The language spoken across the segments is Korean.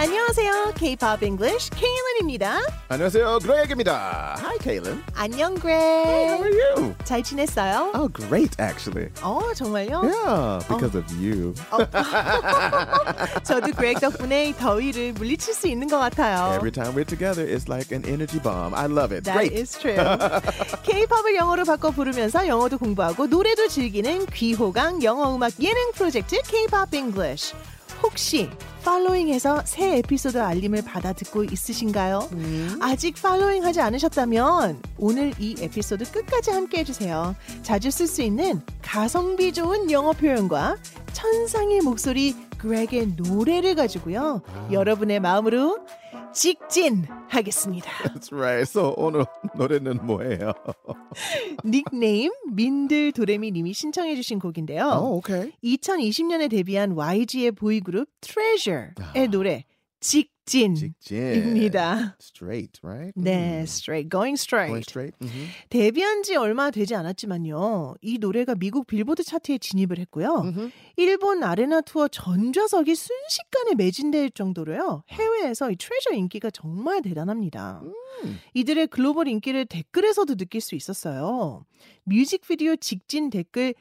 안녕하세요. K-pop English 케일런입니다. 안녕하세요, 그레이그입니다. Hi, Kaylin. 안녕 How are 그레. you? 잘 지냈어요? Oh, great, actually. 어 정말요? 네. Oh. Yeah, because of you. 저도 그렉 덕분에 이 더위를 물리칠 수 있는 것 같아요. Every time we're together, it's like an energy bomb. I love it. That great. is true. K-팝을 영어로 바꿔 부르면서 영어도 공부하고 노래도 즐기는 귀호강 영어 음악 예능 프로젝트 K-pop English. 혹시 팔로잉에서 새 에피소드 알림을 받아 듣고 있으신가요? 아직 팔로잉 하지 않으셨다면 오늘 이 에피소드 끝까지 함께 해주세요. 자주 쓸 수 있는 가성비 좋은 영어 표현과 천상의 목소리 그렉의 노래를 가지고요. 여러분의 마음으로 직진하겠습니다. That's right. So 오늘 노래는 뭐예요? 닉네임 민들 도레미 님이 신청해 주신 곡인데요. Oh, okay. 2020년에 데뷔한 YG의 보이그룹 Treasure의 노래 직진입니다. 아. 직진. Straight, right? 네, Mm. straight, going Going straight. straight. Mm-hmm. 데뷔한 지 얼마 되지 않았지만요. 이 노래가 미국 빌보드 차트에 진입을 했고요. 일본 아레나 투어 전좌석이 순식간에 매진될 정도로요. 해외에서 이 트레저 인기가 정말 대단합니다. 음. 이들의 글로벌 인기를 댓글에서도 느낄 수 있었어요. 뮤직비디오 직진 댓글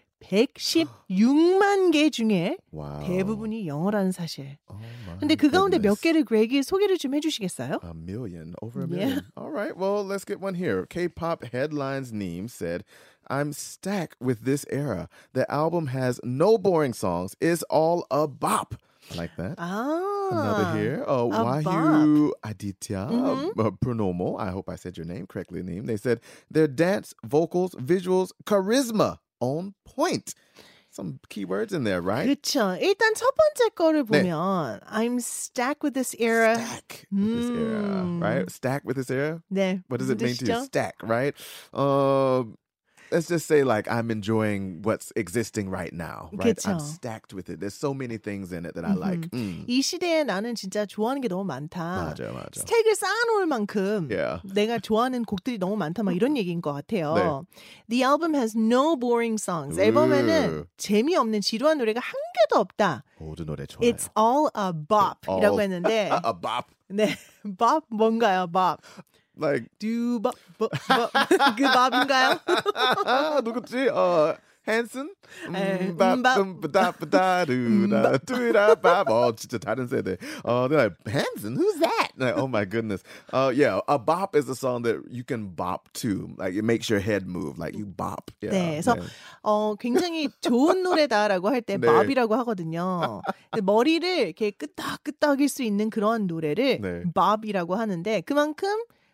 116만 개 중에 Wow. 대부분이 영어라는 사실. Oh my 근데 그 가운데 몇 개를 goodness. 그렉이 소개를 좀 해주시겠어요? A million, over a Yeah. million. All right, well, let's get one here. K pop headlines Neem said, I'm stacked with this era. The album has no boring songs, it's all a bop. I like that. 아, Another here. Oh, Ah, a Mm-hmm. Wahyu Aditya uh, Pronomo. I hope I said your name correctly, Neem. They said their dance, vocals, visuals, charisma on point. Some keywords in there, right? 그쵸. 일단 첫 번째 거를 네. 보면 I'm stuck with this era. Stack with this era, Mm. right? Stack with this era. 네. What does it mean to you? 무슨 뜻이죠? Stack, right? Um, let's just say like I'm enjoying what's existing right now, right? I'm 그쵸. stacked with it. There's so many things in it that I like. Mm. 이 시대에 나는 진짜 좋아하는 게 너무 많다. 맞아, 맞아. 스택을 쌓아놓을 만큼 Yeah. 내가 좋아하는 곡들이 너무 많다 막 이런 얘기인 것 같아요. 네. The album has no boring songs. 앨범에는 Ooh. 재미없는 지루한 노래가 한 개도 없다. 모든 노래 좋아요. It's all a All- bop이라고 했는데 a, a bop. 네, bop 뭔가요? bop. Like Do bop bop bop 그 bop인가요? 누구지? 어, Hanson? 에, 음, 밥, 음밥. 음, 바다, 바다, 두다, 두다, 밥. 어, 진짜 다른 세대. 어, they're like, Hanson, who's that? Like, oh my goodness. Uh, yeah, a bop is a song that you can bop to. Like it makes your head move. Like you bop. Yeah. 네, 그래서 yeah. 어 굉장히 좋은 노래다라고 할 때 네. 밥이라고 하거든요. 근데 머리를 이렇게 끄덕끄덕일 수 있는 그런 노래를 네. 밥이라고 하는데 그만큼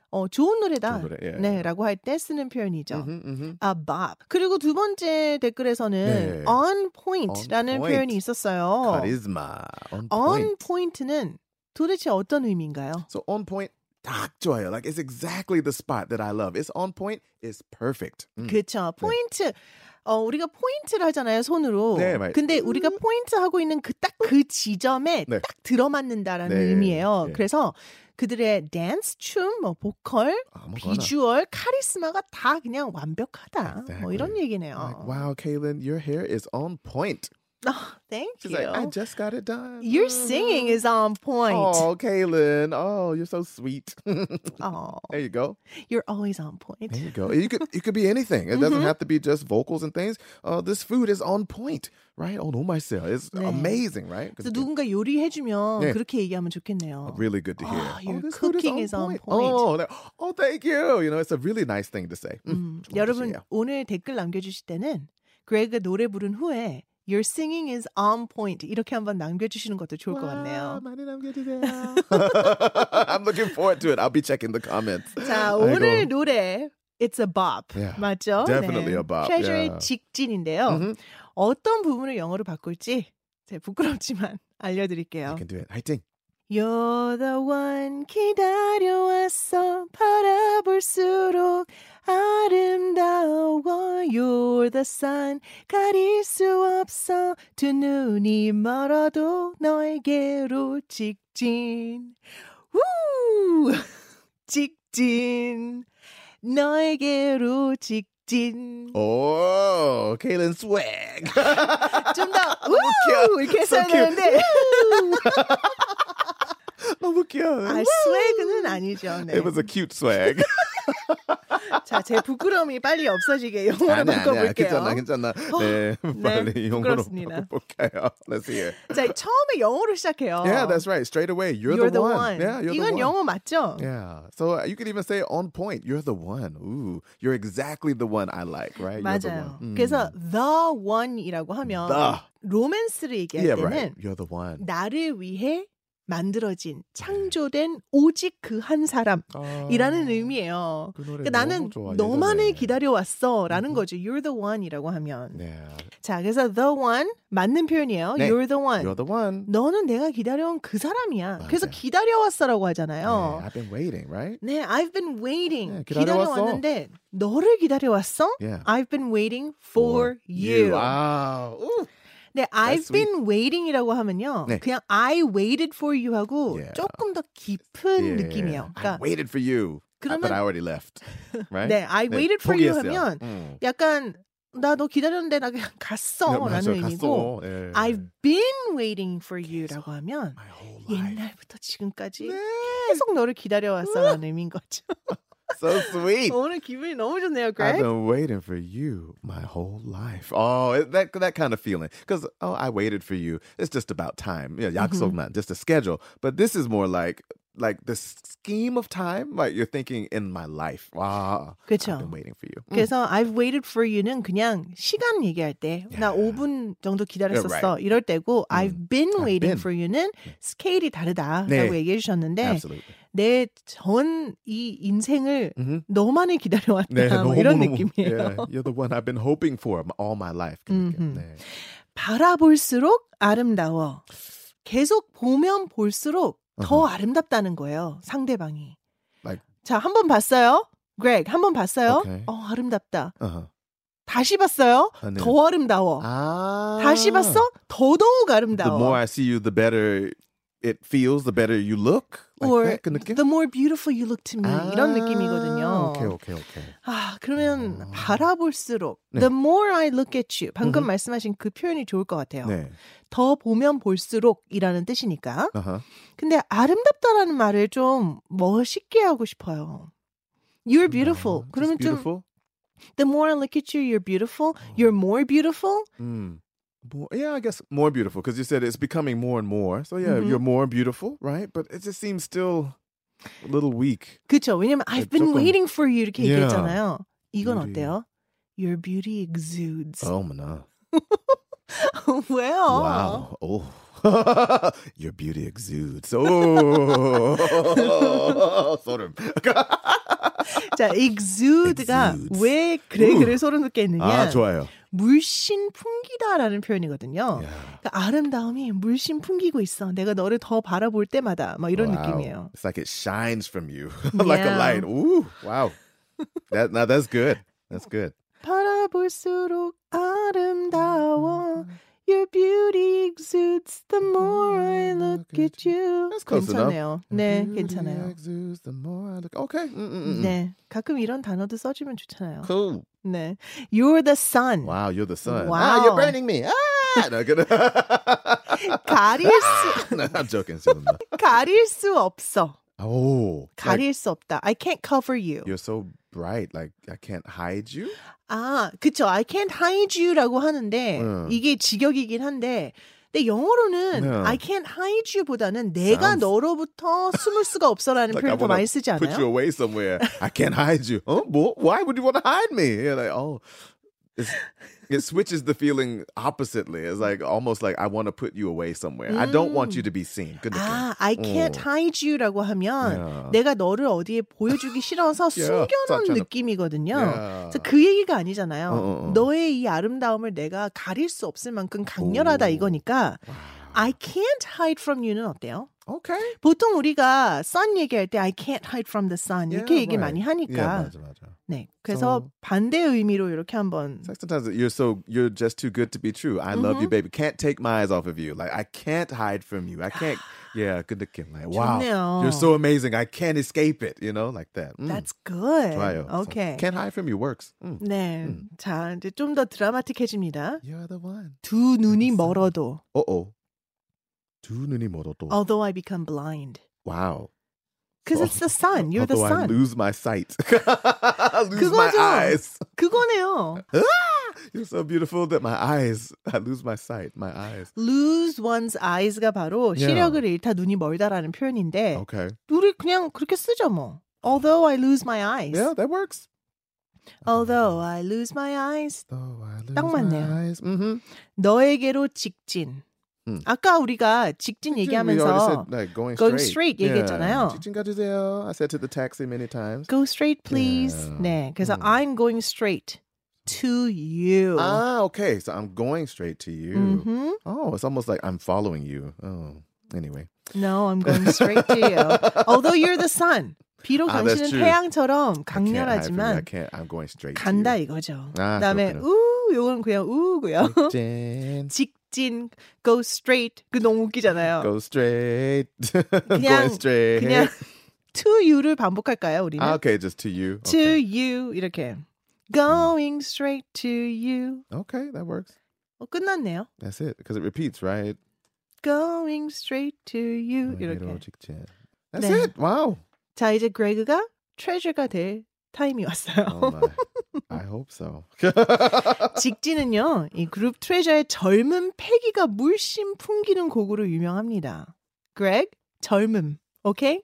어 좋은 노래다. 좋은 노래, 예, 예. 네라고 할 때 쓰는 표현이죠. 음, 음. 아, 밥. 그리고 두 번째 댓글에서는 네. on point라는 On point. 표현이 있었어요. 카리스마. On on point. point는 도대체 어떤 의미인가요? So on point. 딱 좋아요. Like it's exactly the spot that I love. It's on point. It's perfect. 음. 그렇죠. 포인트. 어 우리가 포인트를 하잖아요 손으로. 네, 맞- 근데 우리가 포인트 하고 있는 그 딱 그 지점에 네. 딱 들어맞는다라는 네, 의미예요. 예. 그래서 그들의 댄스, 춤, 뭐 보컬, 아무거나. 비주얼, 카리스마가 다 그냥 완벽하다. 뭐 이런 Exactly. 얘기네요. Like, wow, Kaylin, your hair is on point. 아, thank She's you. like, I just got it done. Mm-hmm. Your singing is on point. Oh, Kaylin. Oh, you're so sweet. there Oh, you go. you're always on There point. you go. You could it could be anything. It Mm-hmm. doesn't have to be just vocals and things. Uh, this food is on point, right? On oh, myself. It's 네. amazing, right? 그래서 'Cause it's 누군가 요리해주면 네. 아, 그렇게 얘기하면 좋겠네요. Really good to hear. Oh, "Ah, your this food cooking is on point." Oh, that- oh, thank you. You know, it's a really nice thing to say. 음, Mm. 좋은 여러분 뜻이에요. 오늘 댓글 남겨주실 때는 그레이가 노래 부른 후에 Your singing is on point 이렇게 한번 남겨주시는 것도 좋을 것 와, 같네요. 많이 남겨주세요. I'm looking forward to it. I'll be checking the comments. 자 아이고. 오늘 노래 It's a bop Yeah, 맞죠? definitely a bop, 트레저의 yeah. 직진인데요. Mhm. 어떤 부분을 영어로 바꿀지 제가 부끄럽지만 알려드릴게요. You can do it. 화이팅. You're the one 기다려왔어 바라볼수록 아름다워 You're the sun 가릴 수 없어 두 눈이 멀어도 너에게로 직진 우 직진 너에게로 직진 어. Oh, Kaylin swag. 좀더 웃겨. 이렇게 So 써야 cute. 되는데 귀여워. 아, 스웨그는 아니죠. 네. It was a cute swag. 자, 제 부끄러움이 빨리 없어지게 영어로 아니야, 아니야. 바꿔볼게요. 괜찮아, 괜찮아. 네, 빨리 영어로 부끄럽습니다. 바꿔볼까요? Let's hear. 자, 처음에 영어로 시작해요. Yeah, that's right. Straight away, you're, You're the, one. Yeah, you're 이건 the one. 영어 맞죠? Yeah. So uh, you could even say on point. You're the one. Ooh, you're exactly the one I like, right? You're the 맞아요. one. Mm. 그래서 the one이라고 하면 The. 로맨스를 얘기할 Yeah, 때는 right. You're the one. 나를 위해 만들어진 창조된 오직 그 한 사람이라는 의미예요. 어. 그 노래 그러니까 나는 너무 좋아, 음. 너만을 예전에. 기다려왔어라는 거죠. You're the one이라고 하면. Yeah. 자, 그래서 the one 맞는 표현이에요. 네. You're the one. You're the one. 너는 내가 기다려온 그 사람이야. 그래서 맞아요. 기다려왔어라고 하잖아요. Yeah, I've been waiting, right? 네, I've been waiting. 네, 기다려왔어. 예. 기다려왔는데 너를 기다려왔어? Yeah. I've been waiting for you. Wow. Ooh. 네, I've 아, That's sweet. been waiting이라고 하면요. 네. 그냥 I waited for you 하고 Yeah. 조금 더 깊은 Yeah. 느낌이에요. I 그러니까 waited for you. I 그러면- thought I already left. Right? 네, I 네, waited for you 포기했어요. 하면 음. 약간 나 너 기다렸는데 나 그냥 네, 갔어라는 맞아요. 의미고 갔어. 예. I've been waiting for you라고 하면 my whole life. 옛날부터 지금까지 네. 계속 너를 기다려왔어라는 의미인 거죠. So sweet. 음. 오늘 기분이 너무 좋네요, I've Oh, Greg. been waiting for you my whole life. Oh, it- that that kind of feeling. Because oh, I waited for you. It's just about time. Yeah, Mm-hmm. 약속만, just a schedule. But this is more like like the scheme of time. Like you're thinking in my life. Wow, I've 그렇죠. been waiting for you. Mm. 그래서 I've waited for you는 그냥 시간 얘기할 때 나 Yeah. 5분 정도 기다렸었어 Yeah, right. 이럴 때고 음. I've been I've waiting been. for you는 스케일이 다르다라고 네. 얘기해 주셨는데 Absolutely. 내 전 이 인생을 Mm-hmm. 너만을 기다려왔다 네, 뭐 너무, 이런 너무, 예. 느낌이에요. yeah, you're the one I've been hoping for m- all my life. 음흠. 네. 바라볼수록 아름다워. 계속 보면 볼수록 더 아름답다는 거예요. 상대방이. Like- 자, 한 번 봤어요. Greg, 한 번 봤어요. Okay. 어, 아름답다. Uh-huh. 다시 봤어요. 하늘. 더 아름다워. 네. 아. 다시 봤어? 더더욱 The 아름다워. more I see you, the better it feels. The better you look. Like or that, 그 느낌? the more beautiful you look to me 이런 느낌이거든요. 아, 오케이 오케이 오케이. 아 그러면 어. 바라볼수록 네. the more I look at you 방금 음흠. 말씀하신 그 표현이 좋을 것 같아요. 네. 더 보면 볼수록이라는 뜻이니까. 아하. 근데 아름답다라는 말을 좀 멋있게 하고 싶어요. You're beautiful. 아, 그러면 Uh-huh. just beautiful? 어. 좀 the more I look at you, you're beautiful. You're more beautiful. 음. More, yeah, I guess more beautiful because you said it's becoming more and more. So yeah, Mhm. you're more beautiful, right? But it just seems still a little weak. 그렇죠. 왜냐면 I've been 조금- waiting for you 이렇게 Yeah. 얘기했잖아요. 이건 Beauty. 어때요? Your beauty exudes. Oh my god. 왜요? Wow. Oh. Your beauty exudes. Oh. 소름. 자, exude가 Exudes. 왜 그레그를 소름 돋게 했느냐? 아, 좋아요. 물씬 풍기다라는 표현이거든요. Yeah. 그러니까 아름다움이 물씬 풍기고 있어. 내가 너를 더 바라볼 때마다 막 이런 Wow. 느낌이에요. It's like it shines from you like Yeah. a light. Ooh, wow. That now that's good. That's good. 바라볼수록 음, 아름다워. Your beauty exudes the more I look at you. 음, That's close 괜찮아요. 네, 괜찮아요. Exudes, the more I look. Okay. Mm, mm, mm, mm. 네, 가끔 이런 단어도 써주면 좋잖아요. Cool. 네, You're the sun. Wow, you're the sun. Wow. Ah, you're burning me. Ah! No, good. 가릴 수 no, I'm joking. Susan. 가릴 수 없어. Oh. like, 가릴 수 없다. I can't cover you. you're so bright. Like, I can't hide you. 아, 그쵸. I can't hide you라고 하는데 음. 이게 직역이긴 한데 근데 영어로는 네. I can't hide you보다는 내가 Sounds- 너로부터 숨을 수가 없어라는 Like, I 표현 더 wanna 많이 쓰지 Put you 않아요? away somewhere. I can't hide you. Oh, boy, why would you want to hide me? You're like, oh. It's, it switches the feeling oppositely. It's like almost like I want to put you away somewhere. I don't want you to be seen. Good looking. 아, I can't hide you라고 하면 어. Yeah. 내가 너를 어디에 보여주기 싫어서 Yeah. 숨겨놓은 Such an- 느낌이거든요. Yeah. 그래서 그 얘기가 아니잖아요. 어, 어, 어. 너의 이 아름다움을 내가 가릴 수 없을 만큼 강렬하다 오. 이거니까 Wow. I can't hide from you는 어때요? Okay. 보통 우리가 sun 얘기할 때 I can't hide from the sun 이렇게 Yeah, 얘기 많이 right. 하니까 Yeah, 맞아, 맞아. 네 그래서 So- 반대 의미로 이렇게 한번 It's like sometimes you're so you're just too good to be true. I love you, baby. Can't take my eyes off of you. Like I can't hide from you. I can't. Yeah, good looking. Like wow, 좋네요. you're so amazing. I can't escape it. You know, like that. Mm, That's good. 좋아요. So, Okay. can't hide from you works. Mm. 네, 음. 자 이제 좀 더 드라마틱해집니다. You're the one. 두 눈이 알겠어요. 멀어도 Uh oh. 두 눈이 멀어도. Oh, although I become blind. Wow. Because it's the sun. You're the sun. Although I lose my sight. I lose my 그거죠. eyes. 그거네요. You're so beautiful that my eyes, I lose my sight, my eyes. lose one's eyes가 바로 Yeah. 시력을 잃다 눈이 멀다라는 표현인데 Okay. 우리 그냥 그렇게 쓰죠 뭐. Although I lose my eyes. Yeah, that works. Although I lose my eyes. Oh, I lose 딱 맞네요. my eyes. Mm-hmm. 너에게로 직진. 음. 아까 우리가 직진 뭐 We already 얘기하면서 said, like, going, going straight. straight 얘기했잖아요. 직진 가주세요. I said to the taxi many times. go straight please. Yeah. 네. 그래서 음. I'm going straight to you. Ah, okay. So I'm going straight to you. Mhm. Oh, it's almost like I'm following you. Oh, anyway. No, I'm going straight to you. Although you're the sun. 비록 아, that's 당신은 true. 태양처럼 I can't hide from you. I 강렬하지만 can't. I'm going straight 간다 to 이거죠. 아, 그다음에 그렇군요. 우 요건 그냥 우고요. you. Jen, 직진 go straight 그 너무 웃기잖아요. Go straight. 그냥- going straight. 그냥 to you를 반복할까요 우리는? Ah, okay, just to you. to Okay. you 이렇게 going straight to you okay, that works. 어, 끝났네요. That's it. Because it repeats, right? going straight to you 아, 이렇게 Romantic Jen. That's 네. it. Wow. 자 이제 그레그가 treasure가 될 타임이 왔어요. Oh my. I hope so. 직진은요 이 그룹 트레저의 젊은 패기가 물씬 풍기는 곡으로 유명합니다. Greg 젊음 오케이?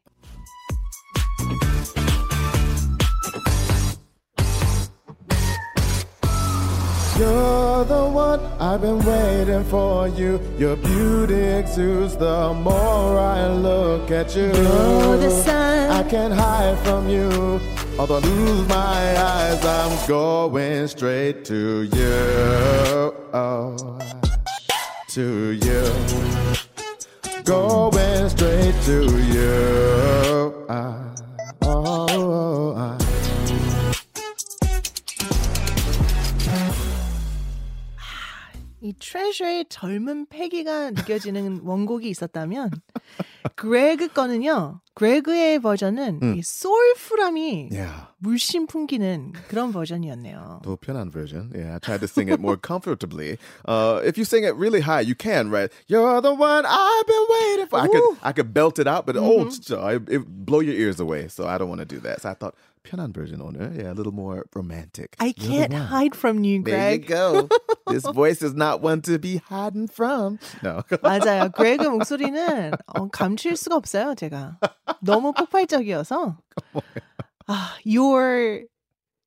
You're the one I've been waiting for you. Your beauty exudes the more I look at you. You're the sun. I can't hide from you. Although I lose my eyes, I'm going straight to you. Oh, to you. Going straight to you. Ah, oh, ah. 이 트레저의 젊은 패기가 느껴지는 원곡이 있었다면 그레그 거는요. 그레그의 버전은 이 소울풀함이 Yeah. 물씬 풍기는 그런 버전이었네요. The Pyongyang version. Yeah, I tried to sing it more comfortably. Uh, if you sing it really high, you can, right? You're the one I've been waiting for. I could, Ooh. Mm-hmm. I could belt it out, but oh, it's- uh, it, it blow your ears away. So I don't want to do that. So I thought Pyongyang version on there. Yeah, a little more romantic. I You're the can't one. hide from you, There you Greg. go. this voice is not one to be hiding from. No. 맞아요. 그레그 목소리는 어, 감출 수가 없어요, 제가. 너무 폭발적이어서. 아, your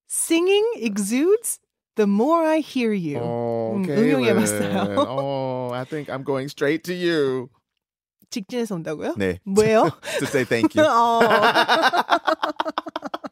singing exudes the more I hear you. Mm, Oh, 음, 응용해봤어요. Kaylin. oh, I think I'm going straight to you. 직진해서 온다고요? 네. 뭐예요? To say thank you. 어.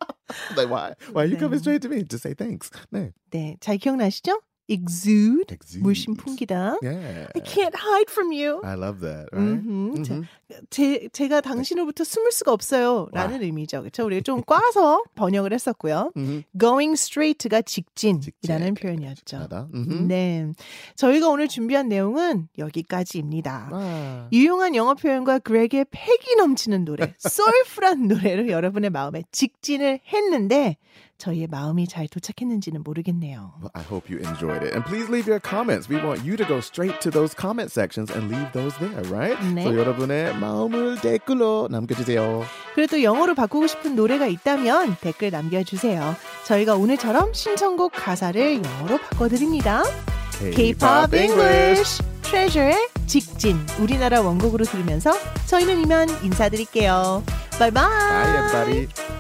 like why? Why are you coming 네. straight to me? To say thanks. 네. 네, 잘 기억나시죠? exude, 네. Exudes. 물씬 풍기다. Yeah. I can't hide from you. I love that. Right? 음흠. 제- Mhm. 제, 제가 당신으로부터 숨을 수가 없어요. 라는 의미죠. 그렇죠? 우리가 좀 꽈서 번역을 했었고요. Mhm. going straight가 직진이라는 직진. 표현이었죠. 나다. Mhm. 네. 저희가 오늘 준비한 내용은 여기까지입니다. 아. 유용한 영어 표현과 그렉의 패기 넘치는 노래, 소울풀한 노래로 여러분의 마음에 직진을 했는데 저희의 마음이 잘 도착했는지는 모르겠네요. Well, I hope you enjoyed it. And please leave your comments. We want you to go straight to those comment sections and leave those there, right? 네. So 여러분의 마음을 댓글로 남겨주세요. 그래도 영어로 바꾸고 싶은 노래가 있다면 댓글 남겨주세요. 저희가 오늘처럼 신청곡 가사를 영어로 바꿔드립니다. K-pop English Treasure의 직진 우리나라 원곡으로 들으면서 저희는 이만 인사드릴게요. 바이바이. Bye everybody.